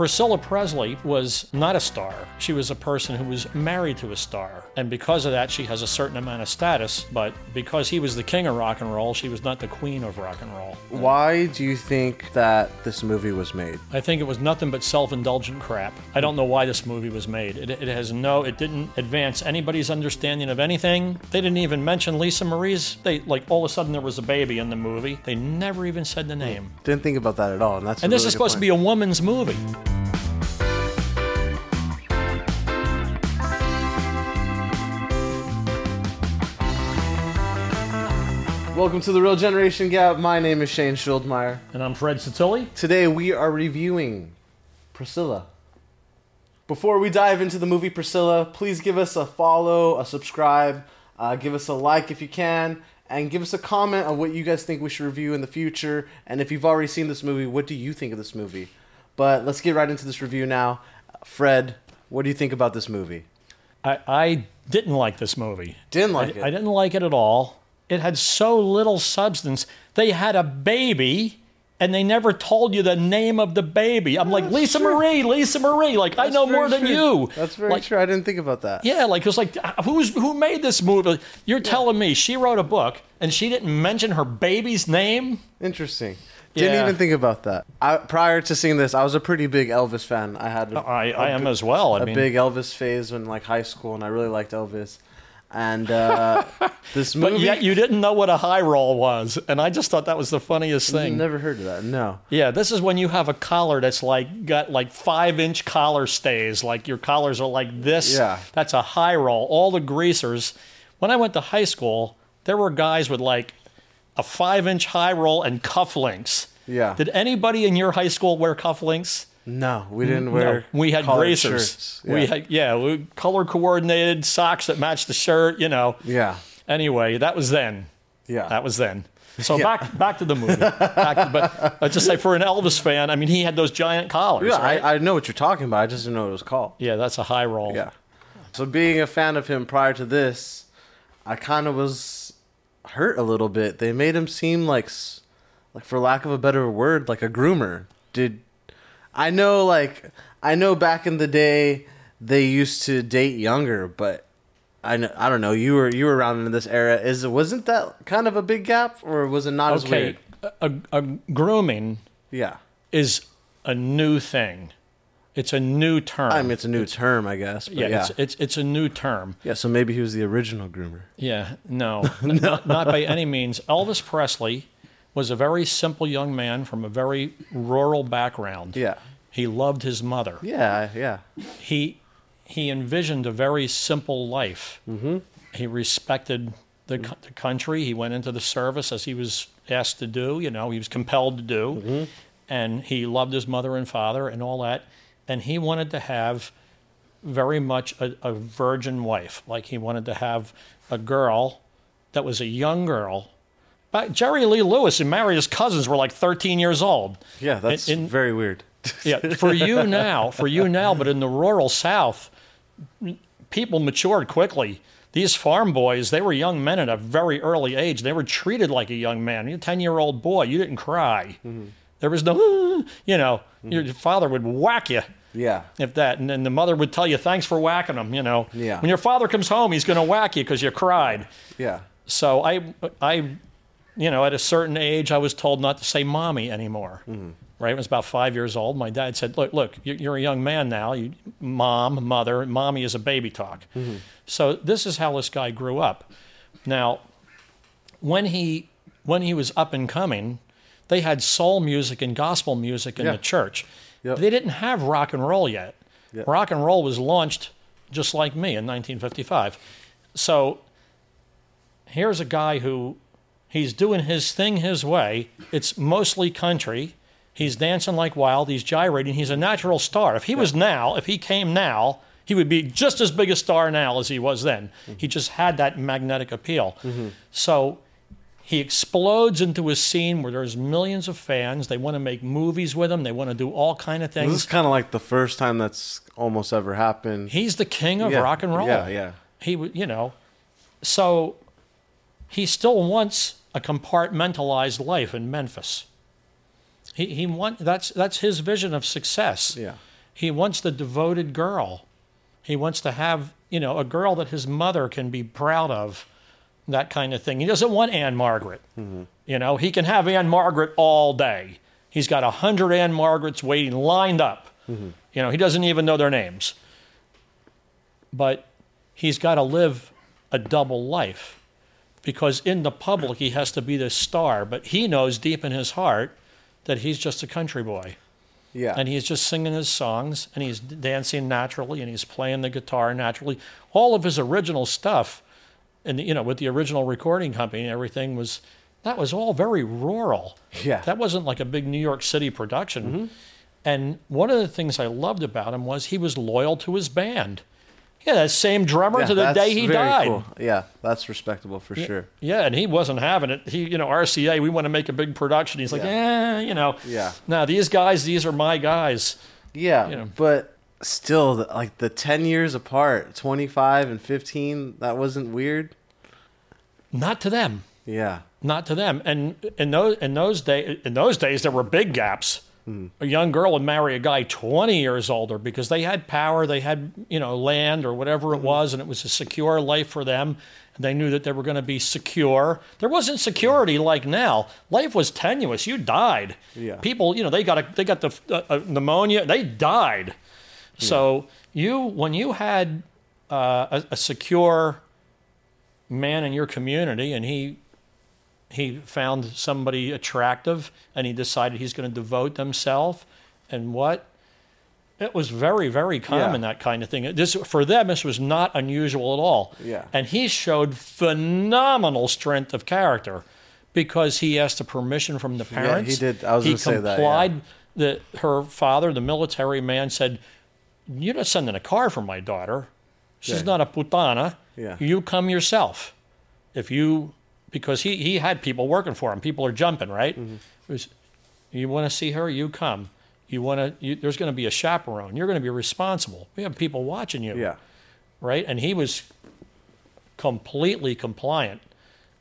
Priscilla Presley was not a star. She was a person who was married to a star. And because of that, she has a certain amount of status. But because he was the king of rock and roll, she was not the queen of rock and roll. Why do you think that this movie was made? I think it was nothing but self-indulgent crap. I don't know why this movie was made. It, it has no, it didn't advance anybody's understanding of anything. They didn't even mention Lisa Marie's. They like all of a sudden there was a baby in the movie. They never even said the name. Didn't think about that at all. And that's And this is supposed to be a woman's movie. be. Welcome to the Real Generation Gap. My name is Shane Schildmeyer. And I'm Fred Satilli. Today we are reviewing Priscilla. Before we dive into the movie Priscilla, please give us a follow, a subscribe, uh, give us a like if you can, and give us a comment on what you guys think we should review in the future. And if you've already seen this movie, what do you think of this movie? But let's get right into this review now. Fred, what do you think about this movie? I, I didn't like this movie. Didn't like I, it. I didn't like it at all. It had so little substance. They had a baby and they never told you the name of the baby. I'm like, Lisa Marie, Lisa Marie. Like, I That's know very more than true. you. That's very Like, true. I didn't think about that. Yeah, like, it's like, uh, who's who made this movie? You're telling me she wrote a book and she didn't mention her baby's name? Interesting. Didn't Yeah. even think about that. I, prior to seeing this, I was a pretty big Elvis fan. I had a- I, a I am bi- as well. I a mean, big Elvis phase in like high school, and I really liked Elvis. And uh, this movie, but yet you didn't know what a high roll was. And I just thought that was the funniest thing. never heard of that. No, Yeah, this is when you have a collar that's like got like five inch collar stays. Like your collars are like this. Yeah. That's a high roll. All the greasers. When I went to high school, there were guys with like a five inch high roll and cufflinks. Yeah. Did anybody in your high school wear cufflinks? no, we didn't wear. no. We had collared greasers. shirts. Yeah. We had yeah, we, color coordinated socks that matched the shirt, you know. yeah, Anyway, that was then. yeah. That was then. So back back to the movie. Back- but I just say for an Elvis fan, I mean, he had those giant collars. yeah, right? I, I know what you're talking about. I just didn't know what it was called. yeah, that's a high roll. Yeah. So being a fan of him prior to this, I kind of was hurt a little bit. They made him seem like, s- like for lack of a better word, like a groomer. Did I know? Like I know back in the day they used to date younger, but I know, I don't know. You were you were around in this era. Is wasn't that kind of a big gap, or was it not as Okay, weird? a, a grooming Yeah. is a new thing. It's a new term. I mean, it's a new term, I guess. But yeah, yeah. Yeah. It's, it's it's a new term. So maybe he was the original groomer. Yeah, no, n- Not, not by any means. Elvis Presley was a very simple young man from a very rural background. Yeah. He loved his mother. Yeah. Yeah. he he envisioned a very simple life. Mm-hmm. He respected the, co- the country. He went into the service as he was asked to do. You know, he was compelled to do, Mm-hmm. and he loved his mother and father and all that. And he wanted to have very much a, a virgin wife. Like he wanted to have a girl that was a young girl. But Jerry Lee Lewis and Maria's cousins were like 13 years old. Yeah. That's in- very weird. Yeah, for you now, for you now, but in the rural South, people matured quickly. These farm boys, they were young men at a very early age. They were treated like a young man. You're a 10 year old boy, you didn't cry. There was no, you know, your father would whack you Yeah. if that. And then the mother would tell you, thanks for whacking him, you know. Yeah. When your father comes home, he's going to whack you because you cried. Yeah. So I, I, you know, at a certain age, I was told not to say "mommy" anymore. Mm-hmm. Right, I was about five years old. My dad said, "Look, look, you're, you're a young man now. You, mom, mother, mommy is a baby talk." Mm-hmm. So this is how this guy grew up. Now, when he when he was up and coming, they had soul music and gospel music in Yeah. the church. Yep. They didn't have rock and roll yet. Yep. Rock and roll was launched just like me in 1955. So here's a guy who he's doing his thing his way. It's mostly country. He's dancing like wild. He's gyrating. He's a natural star. If he was now, if he came now, he would be just as big a star now as he was then. Mm-hmm. He just had that magnetic appeal. So he explodes into a scene where there's millions of fans. They want to make movies with him. They want to do all kind of This is things. kind of like the first time that's almost ever happened. He's the king of Mm-hmm. Yeah, rock and roll. Yeah, yeah. he w- you know so he still wants a compartmentalized life in memphis He he want that's that's his vision of success. Yeah. He wants the devoted girl. He wants to have, you know, a girl that his mother can be proud of, that kind of thing. He doesn't want Anne Margaret. You know, he can have Anne Margaret all day. He's got a hundred Anne Margarets waiting lined up. You know, he doesn't even know their names. But he's got to live a double life because in the public he has to be this star, but he knows deep in his heart that he's just a country boy Yeah. and he's just singing his songs and he's dancing naturally and he's playing the guitar naturally. All of his original stuff, and you know, with the original recording company and everything was that was all very rural. Yeah. Mm-hmm. that wasn't like a big New York City production. And one of the things I loved about him was he was loyal to his band. Yeah, that same drummer Yeah, to the that's day he very died. cool. Yeah, that's respectable for sure. Yeah, and he wasn't having it. He, you know, RCA, we want to make a big production. He's like, yeah, you know, Yeah. Now these guys, these are my guys. Yeah, You know. but still, th- like the ten years apart, twenty five and fifteen, that wasn't weird. Not to them. Yeah, not to them. And in those in those day in those days there were big gaps. A young girl would marry a guy twenty years older because they had power, they had you know land or whatever it was, and it was a secure life for them. And they knew that they were going to be secure. There wasn't security like now. Life was tenuous. You died. Yeah. People, you know, they got a, they got the uh, uh, pneumonia. They died. So you when you had uh, a, a secure man in your community and he he found somebody attractive and he decided he's going to devote themselves and what it was very very common that kind of thing this for them this was not unusual at all Yeah. and he showed phenomenal strength of character because he asked the permission from the parents he did. I was he gonna say that, yeah. complied that her father the military man said you're not sending a car for my daughter she's Yeah. not a putana Yeah. you come yourself if you because he he had people working for him people are jumping right Mm-hmm. It was, you want to see her you come you want to you, there's going to be a chaperone you're going to be responsible we have people watching you yeah, right and he was completely compliant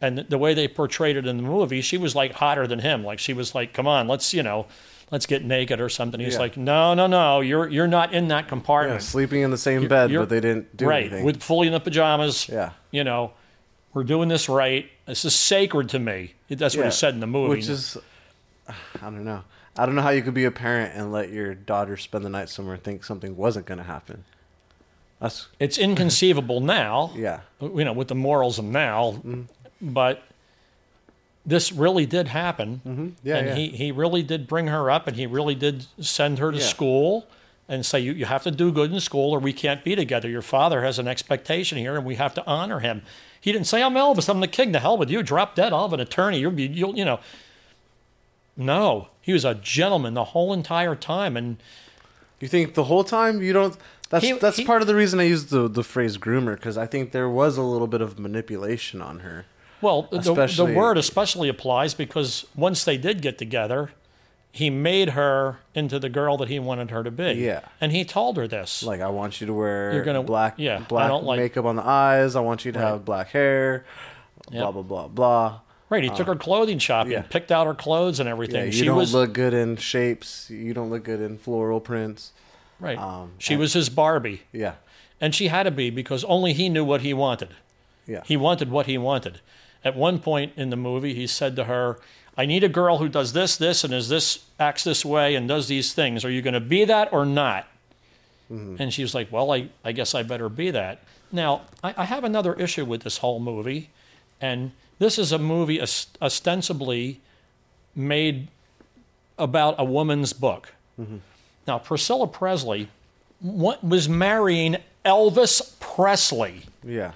and the way they portrayed it in the movie she was like hotter than him like she was like come on let's you know let's get naked or something he's Yeah. like no no no you're you're not in that yeah. compartment Sleeping in the same bed, you're- but they didn't do right anything. with fully in the pajamas yeah, you know, we're doing this right. This is sacred to me. That's what Yeah. he said in the movie. which is, I don't know. I don't know how you could be a parent and let your daughter spend the night somewhere and think something wasn't going to happen. That's it's inconceivable now, yeah, uh, you know, with the morals of now, but this really did happen. Mm-hmm. yeah, and yeah. He, he really did bring her up and he really did send her to Yeah. school and say, you, you have to do good in school or we can't be together. Your father has an expectation here and we have to honor him. He didn't say, I'm Elvis, I'm the king, the hell with you, drop dead, I'll have an attorney. You'll be, you'll, you know. No, he was a gentleman the whole entire time. And You think the whole time you don't? That's He- that's he- part of the reason I used the the phrase groomer because I think there was a little bit of manipulation on her. Well, the, the Especially- word especially applies because once they did get together, he made her into the girl that he wanted her to be. Yeah. And he told her this. Like I want you to wear You're gonna- black yeah, I black don't like- makeup on the eyes. I want you to Right. have black hair. Blah Yep. blah blah blah. right. He took her clothing shopping, uh, yeah. picked out her clothes and everything. Yeah, you she don't was look good in shapes. You don't look good in floral prints. right. um, she was his Barbie. Yeah, And she had to be because only he knew what he wanted. yeah, He wanted what he wanted. At one point in the movie, he said to her, I need a girl who does this, this, and is this, acts this way, and does these things. Are you going to be that or not? And she was like, Well, I, I guess I better be that. Now, I, I have another issue with this whole movie, and this is a movie os- ostensibly made about a woman's book. Now, Priscilla Presley wa- was marrying Elvis Presley. yeah,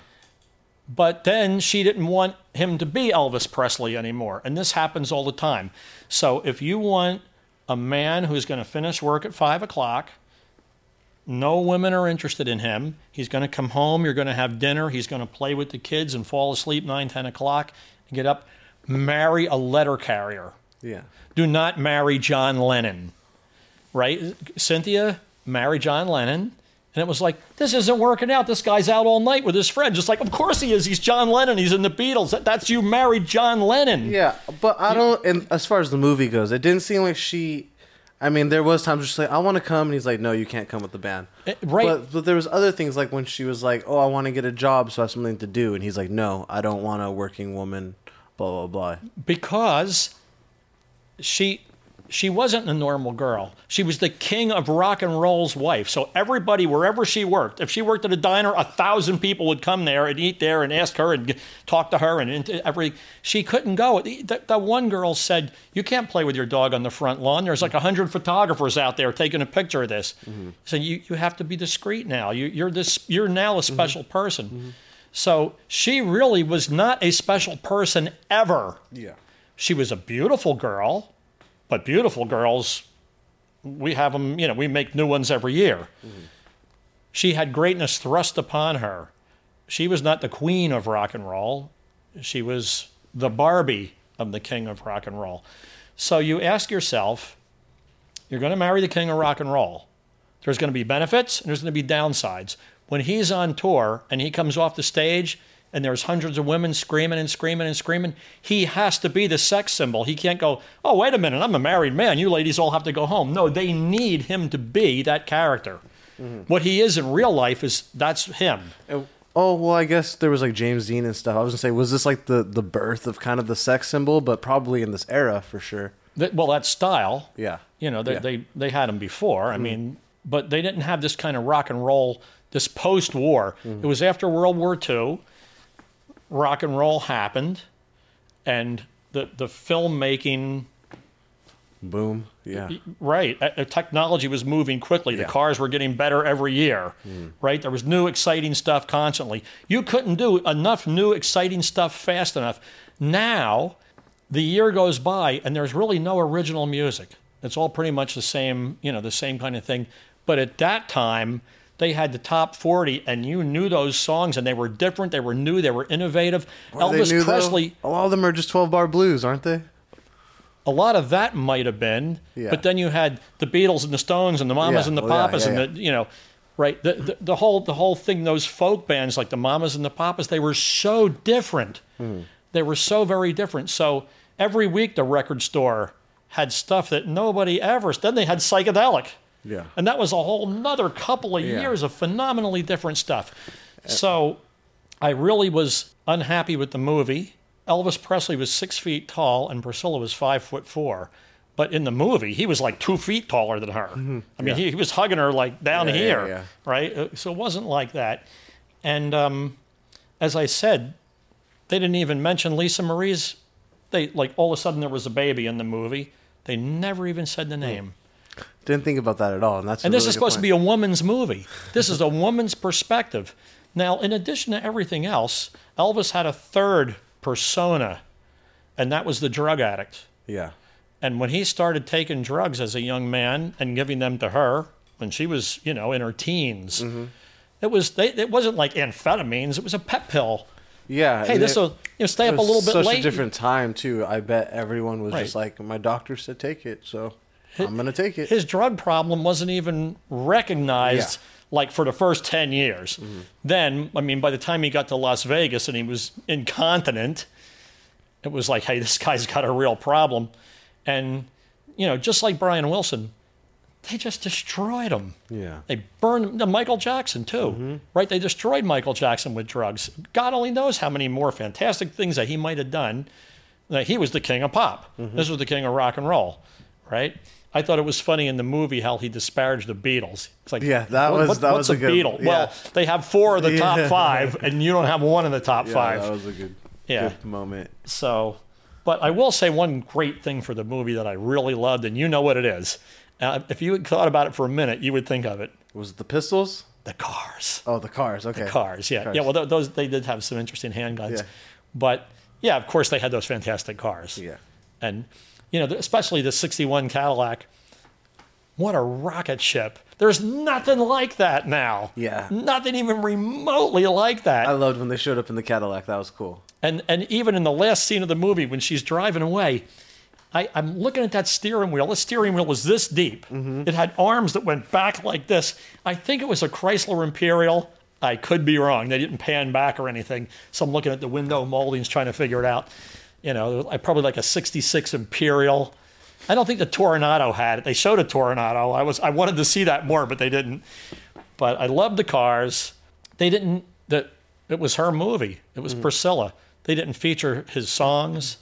But then she didn't want him to be Elvis Presley anymore. And this happens all the time. So if you want a man who's going to finish work at five o'clock, no women are interested in him. He's going to come home. You're going to have dinner. He's going to play with the kids and fall asleep nine, ten o'clock and get up. Marry a letter carrier. yeah. Do not marry John Lennon. Right? Cynthia, marry John Lennon. And it was like, this isn't working out. This guy's out all night with his friends. It's like, of course he is. He's John Lennon. He's in the Beatles. That, that's you married John Lennon. Yeah, but I don't. And as far as the movie goes, it didn't seem like she. I mean, there was times where she's like, "I want to come," and he's like, "No, you can't come with the band." Eh, right. But, but there was other things like when she was like, "Oh, I want to get a job, so I have something to do," and he's like, "No, I don't want a working woman." Blah blah blah. because she she wasn't a normal girl. She was the king of rock and roll's wife. So everybody, wherever she worked, if she worked at a diner, a thousand people would come there and eat there and ask her and g- talk to her and into every. She couldn't go. The, the- the one girl said, "You can't play with your dog on the front lawn. There's like a hundred photographers out there taking a picture of this. So you you have to be discreet now. You, you're this. You're now a special person." So she really was not a special person ever. Yeah. She was a beautiful girl, but beautiful girls, we have them, you know, we make new ones every year. She had greatness thrust upon her. She was not the queen of rock and roll, she was the Barbie of the king of rock and roll. So you ask yourself, you're going to marry the king of rock and roll. There's going to be benefits and there's going to be downsides. When he's on tour and he comes off the stage and there's hundreds of women screaming and screaming and screaming, he has to be the sex symbol. He can't go, oh, wait a minute, I'm a married man. You ladies all have to go home. No, they need him to be that character. What he is in real life is that's him. And- oh well, I guess there was like James Dean and stuff. I was gonna say, was this like the the birth of kind of the sex symbol? But probably in this era for sure. That, well, that style. Yeah. You know, they, Yeah. they, they had them before. I mean, but they didn't have this kind of rock and roll, this post war. It was after World War II. Rock and roll happened, and the, the filmmaking, Boom. Yeah. right, uh, uh, technology was moving quickly. The Yeah. Hmm. cars were getting better every year, right? There was new, exciting stuff constantly. You couldn't do enough new, exciting stuff fast enough. Now, the year goes by and there's really no original music. It's all pretty much the same, you know, the same kind of thing. But at that time, they had the top 40 and you knew those songs and they were different, they were new, they were innovative. Are they Elvis new, though? Presley, A lot of them are just twelve bar blues, aren't they? a lot of that might have been, Yeah. but then you had the Beatles and the Stones and the Mamas Yeah, and the well, yeah, Papas yeah, and the you know, right? The, the the whole the whole thing. Those folk bands like the Mamas and the Papas, they were so different. Hmm. They were so very different. So every week the record store had stuff that nobody ever. Then they had psychedelic, Yeah. and that was a whole nother couple of Yeah. years of phenomenally different stuff. So I really was unhappy with the movie. Elvis Presley was six feet tall and Priscilla was five foot four. But in the movie, he was like two feet taller than her. I mean, he, he was hugging her like down Mm-hmm. Yeah, yeah, here, yeah. right? Uh, So it wasn't like that. And um, as I said, they didn't even mention Lisa Marie's. They like all of a sudden there was a baby in the movie. They never even said Hmm. the name. Didn't think about that at all. And that's And this is supposed to be a woman's movie. This is a woman's perspective. Now, in addition to everything else, Elvis had a third persona, and that was the drug addict. be yeah. And when he started taking drugs as a young man and giving them to her when she was, you know, in her teens, Mm-hmm. it was they, it wasn't like amphetamines. It was a pep pill. Yeah. Hey, and this it- will you know, stay it up a was little bit such late. a different time too. I bet everyone was just like, my doctor said take it, so I'm gonna take it. his drug problem wasn't even recognized Yeah. Mm-hmm. like for the first 10 years. Then, I mean, by the time he got to Las Vegas and he was incontinent, it was like, hey, this guy's got a real problem. And, you know, just like Brian Wilson, they just destroyed him. yeah. They burned and Michael Jackson too, Mm-hmm. right? They destroyed Michael Jackson with drugs. God only knows how many more fantastic things that he might have done. Now, he was the king of pop. Mm-hmm. This was the king of rock and roll, right? I thought it was funny in the movie how he disparaged the Beatles. It's like, Yeah, that what- was- what- that what's was a good- Beatle? yeah. Well, they have four of the top Yeah. five, and you don't have one of the top Yeah, five. That was a good, Yeah. good moment. So, but I will say one great thing for the movie that I really loved, and you know what it is. Uh, if you had thought about it for a minute, you would think of it: Was it the pistols? the cars. Oh, the cars. Okay. cars. Yeah, yeah. Well, th- those they did have some interesting handguns, Yeah. but yeah, of course they had those fantastic cars. Yeah. and you know, th- especially the '61 Cadillac. What a rocket ship! There's nothing like that now. Yeah. nothing even remotely like that. I loved when they showed up in the Cadillac. That was cool. and and even in the last scene of the movie when she's driving away, I, I'm looking at that steering wheel. The steering wheel was this deep. It had arms that went back like this. I think it was a Chrysler Imperial. I could be wrong. They didn't pan back or anything. So I'm looking at the window moldings trying to figure it out. You know, I probably like a 66 Imperial. I don't think the Toronado had it. They showed a Toronado. I was I wanted to see that more, but they didn't. But I loved the cars. They didn't that it was her movie. It Mm. was Priscilla. They didn't feature his songs.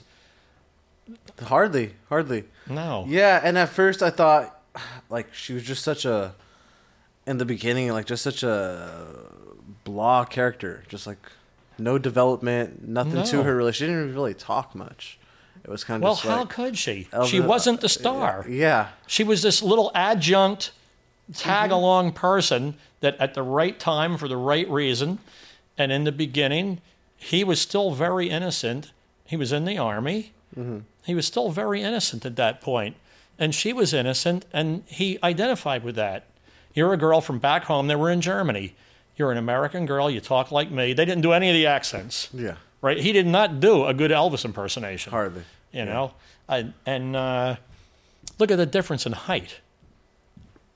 Hardly, hardly. No. Yeah, and at first I thought, like, she was just such a, in the beginning, like, just such a blah character. Just like, no development, nothing No. to her really. She didn't really talk much. It was kind of Well, just how like, could she? Elvis- She wasn't the star. yeah, She was this little adjunct, tag along person that at the right time for the right reason. And in the beginning, he was still very innocent. He was in the army. He was still very innocent at that point. And she was innocent, and he identified with that. You're a girl from back home. They were in Germany. You're an American girl. You talk like me. They didn't do any of the accents. yeah, Right? He did not do a good Elvis impersonation hardly. you know I, and uh, look at the difference in height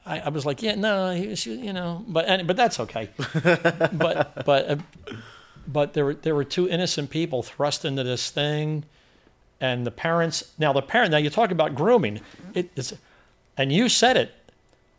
I, I was like yeah no he was you know but and, but that's okay but but uh, but there were there were two innocent people thrust into this thing and the parents now the parent now you talk about grooming Mm-hmm. it is and you said it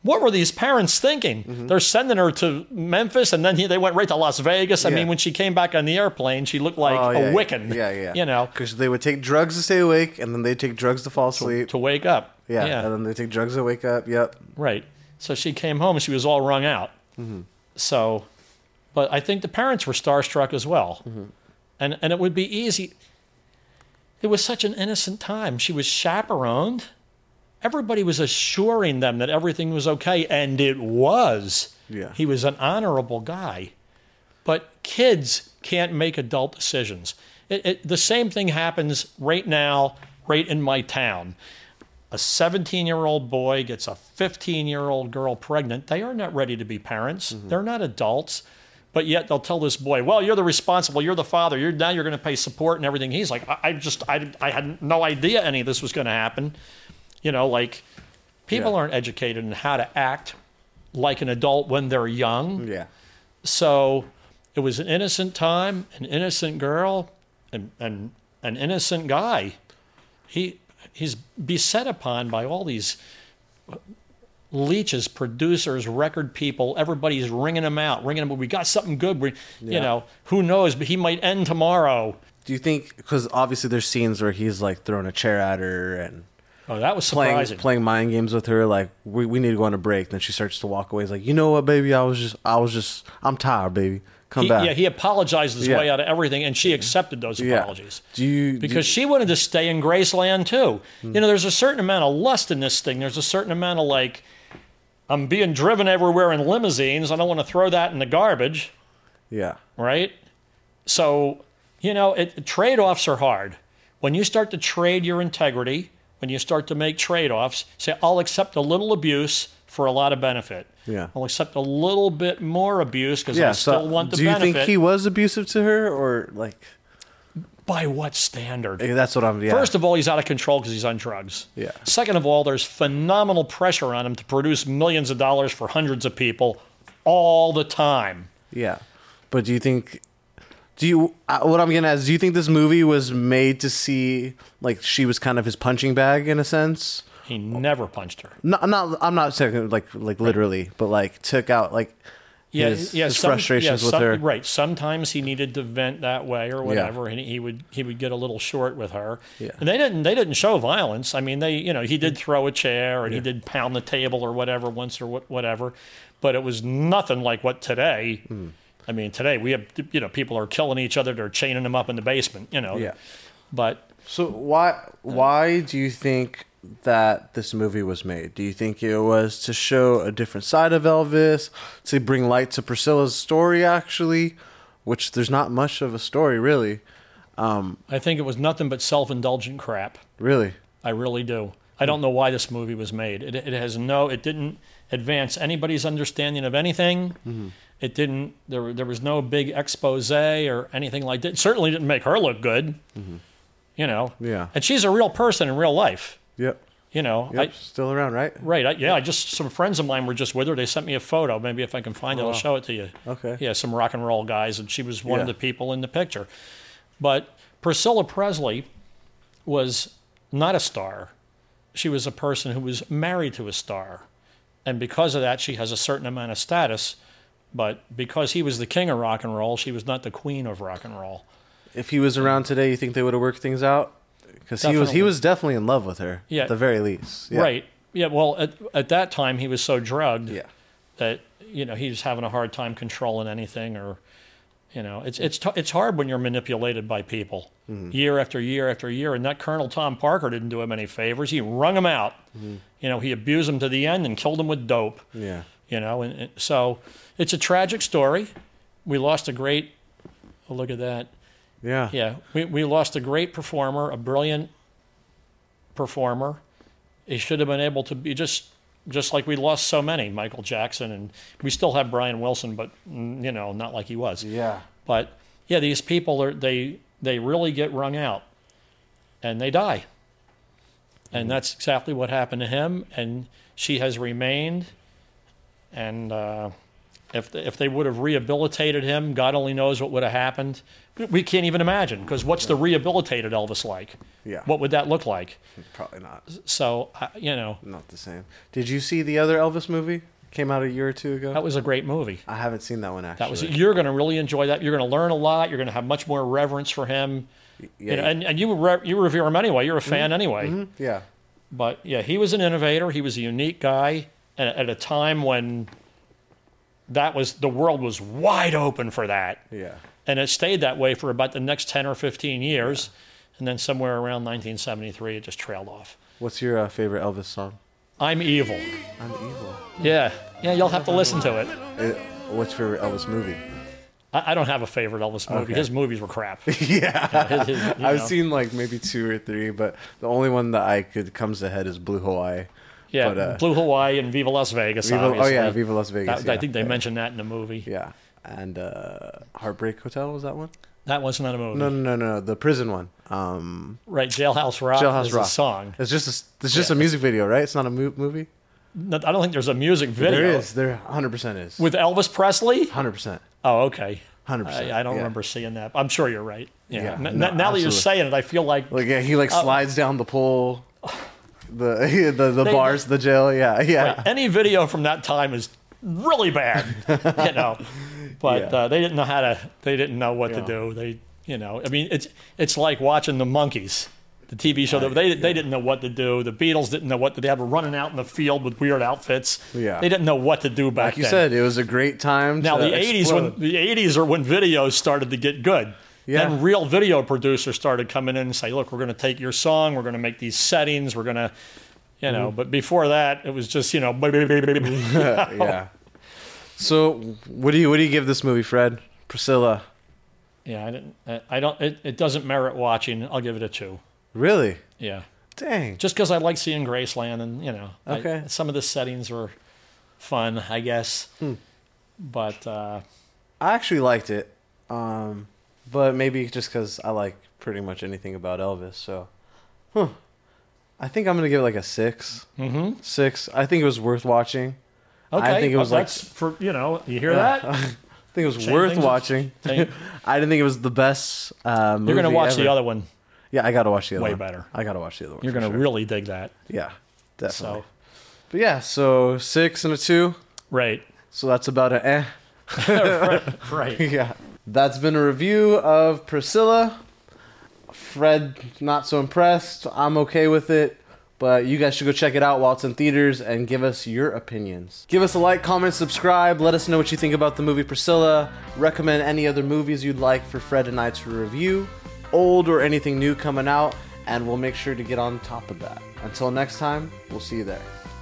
what were these parents thinking? Mm-hmm. They're sending her to Memphis, and then he, they went right to Las Vegas. I Yeah. mean, when she came back on the airplane, she looked like Oh, a yeah, Wiccan. Yeah, yeah. You know, because they would take drugs to stay awake, and then they take drugs to fall asleep. to wake up. yeah, and then they take drugs to wake up. Yep. Right. So she came home and she was all wrung out. Mm-hmm. So, but I think the parents were starstruck as well. Mm-hmm. And, and it would be easy. It was such an innocent time. She was chaperoned. Everybody was assuring them that everything was okay, and it was. Yeah. He was an honorable guy. But kids can't make adult decisions. It, it, the same thing happens right now, right in my town a 17 year old boy gets a 15 year old girl pregnant, they are not ready to be parents. Mm-hmm. They're not adults. But yet they'll tell this boy, "Well, you're the responsible. You're the father. You're now you're going to pay support and everything." He's like, "I, I just I, I had no idea any of this was going to happen." You know, like people Yeah. aren't educated in how to act like an adult when they're young. Yeah. So it was an innocent time, an innocent girl, and, and an innocent guy. He he's beset upon by all these leeches, producers, record people. Everybody's ringing him out, ringing him. We got something good. We, you know, who knows? But he might end tomorrow. Do you think? Because obviously there's scenes where he's like throwing a chair at her and Oh, that was playing surprising. playing mind games with her. Like we, we need to go on a break. Then she starts to walk away. He's like, you know what, baby? I was just I was just I'm tired, baby. Come He- back. yeah, he apologized his Yeah. way out of everything, and she accepted those Yeah. apologies. Do you because she wanted to stay in Graceland too. You know, there's a certain amount of lust in this thing. There's a certain amount of like, I'm being driven everywhere in limousines. I don't want to throw that in the garbage, do you- yeah right? So, you know, it, trade offs are hard. When you start to trade your integrity, when you start to make trade offs, say, I'll accept a little abuse for a lot of benefit. Yeah. I'll accept a little bit more abuse because yeah. I still so want the do you benefit. think he was abusive to her or like By what standard? eh, that's what I'm yeah First of all, he's out of control because he's on drugs. Yeah. Second of all, there's phenomenal pressure on him to produce millions of dollars for hundreds of people all the time. yeah. But do you think? Do you uh, what I'm gonna ask? Do you think this movie was made to see like she was kind of his punching bag in a sense? He never punched her. not not I'm not saying like like literally, but like took out like Yeah, his, yeah, his some- frustrations yeah, with some- her. Right. Sometimes he needed to vent that way or whatever, and he would he would get a little short with her. Yeah. And they didn't they didn't show violence. I mean, they you know he did throw a chair and he did pound the table or whatever once or what, whatever, but it was nothing like what today. Hmm. I mean, today we have you know people are killing each other. They're chaining them up in the basement. You know. Yeah. But So why why do you think that this movie was made? Do you think it was to show a different side of Elvis, to bring light to Priscilla's story actually, which there's not much of a story really, I think it was nothing but self indulgent crap. really. I really do. I don't know why this movie was made. It, it has no. It didn't advance anybody's understanding of anything. Mm-hmm. It didn't. There, were- there was no big expose or anything like that. It certainly didn't make her look good. you know. Mm-hmm. Yeah. And she's a real person in real life, Yep. you know. Yep. Still around, right? I, right. I, yeah. I just some friends of mine were just with her. They sent me a photo. Maybe if I can find it, I'll show it to you. Oh, Okay. Yeah. Some rock and roll guys, and she was one of Yeah. the people in the picture. But Priscilla Presley was not a star. She was a person who was married to a star. And because of that, she has a certain amount of status. But because he was the king of rock and roll, she was not the queen of rock and roll. If he was around today, you think they would have worked things out? Because he was Definitely. he was definitely in love with her. Yeah. At the very least. Yeah. Right. Yeah. Well, at, at that time, he was so drugged Yeah. that you know he was having a hard time controlling anything, or you know, it's it's t- it's hard when you're manipulated by people year after year after year. And that Colonel Tom Parker didn't do him any favors. He wrung him out. You know, he abused him to the end and killed him with dope. Yeah. You know, and, and so it's a tragic story. We lost a great. Oh, look at that. Yeah. Yeah, we, we lost a great performer, a brilliant performer. He should have been able to be just just like we lost so many, Michael Jackson, and we still have Brian Wilson, but mm, you know, not like he was. Yeah. But yeah, these people are they they really get wrung out, and they die. And that's exactly what happened to him. And she has remained. And uh, if the, if they would have rehabilitated him, God only knows what would have happened. We can't even imagine because what's the rehabilitated Elvis like? Yeah. What would that look like? Probably not. So I you know, Not the same. Did you see the other Elvis movie? Came out a year or two ago. that was a great movie. I haven't seen that one actually. That was you're going to really enjoy that. You're going to learn a lot. You're going to have much more reverence for him. yeah, Mm-hmm. you know, and, and you re- you revere him anyway. You're a fan anyway. yeah. But yeah, he was an innovator. He was a unique guy at, at a time when that was the world was wide open for that, Yeah. and it stayed that way for about the next ten or fifteen years, and then somewhere around 1973, it just trailed off. What's your uh, favorite Elvis song? I'm evil. I'm evil. Yeah, yeah. You'll have to listen to it. what's your favorite Elvis movie? I, I don't have a favorite Elvis movie. Okay. His movies were crap. yeah. His- his- you I've know. seen like maybe two or three, but the only one that I could comes to head is Blue Hawaii. Yeah, But, uh, Blue Hawaii and Viva Las Vegas. Viva, oh obviously. yeah, Viva Las Vegas. That- yeah. I think they mentioned that in the movie. Yeah. And uh, Heartbreak Hotel was that one? That wasn't on a movie. No, no, no, no. The prison one. Um, Right, Jailhouse Rock Jailhouse is Rock a song. It's just a, it's just a music video, right? It's not a mo- movie. No, I don't think there's a music video. There is. There 100% is. With Elvis Presley? 100%. Oh, okay. 100%. I, I don't yeah. remember seeing that. I'm sure you're right. Yeah. Yeah, N- n- no, now that you're absolutely. saying it, I feel like, Like yeah, he like Uh, slides down the pole, the the, the bars, the jail. Yeah, yeah. any video from that time is really bad, you know. But Yeah. uh, they didn't know how to. They didn't know what to Yeah. do. They, you know, I mean, it's it's like watching the Monkeys, the TV show. they they didn't know what to do. The Beatles didn't know what to. They had running out in the field with weird outfits. Yeah. They didn't know what to do back Like you then. said, it was a great time. Now to the eighties when explode. the eighties are when videos started to get good. Yeah. Then real video producers started coming in and say, "Look, we're going to take your song, we're going to make these settings, we're going to, you know." Mm-hmm. But before that, it was just you know, Oh. yeah. So what do you what do you give this movie, Fred? Priscilla. yeah. I didn't. I- I don't. It, it doesn't merit watching. I'll give it a two. Really? Yeah, Dang. just because I like seeing Graceland, and you know, I- Okay. some of the settings were fun, I guess. Hmm. But uh, I actually liked it, um, but maybe just because I like pretty much anything about Elvis. So, huh. I think I'm gonna give it like a 6 Mm-hmm. Six. I think it was worth watching. okay, I think it was well, like that's for you know, you hear I that? think it was Shane worth thinks it's- watching. Hey, I didn't think it was the best. Uh, movie You're going to watch ever. the other one. Yeah, I gotta watch the other Way one. better. I gotta watch the other one. You're for going to sure. really dig that. yeah, definitely. So, But yeah, so six and a two. right. So that's about an eh. right. right. yeah. That's been a review of Priscilla. Fred, not so impressed. I'm okay with it. But you guys should go check it out while it's in theaters and give us your opinions. Give us a like, comment, subscribe. Let us know what you think about the movie Priscilla. Recommend any other movies you'd like for Fred and I to review, old or anything new coming out, and we'll make sure to get on top of that. Until next time, we'll see you there.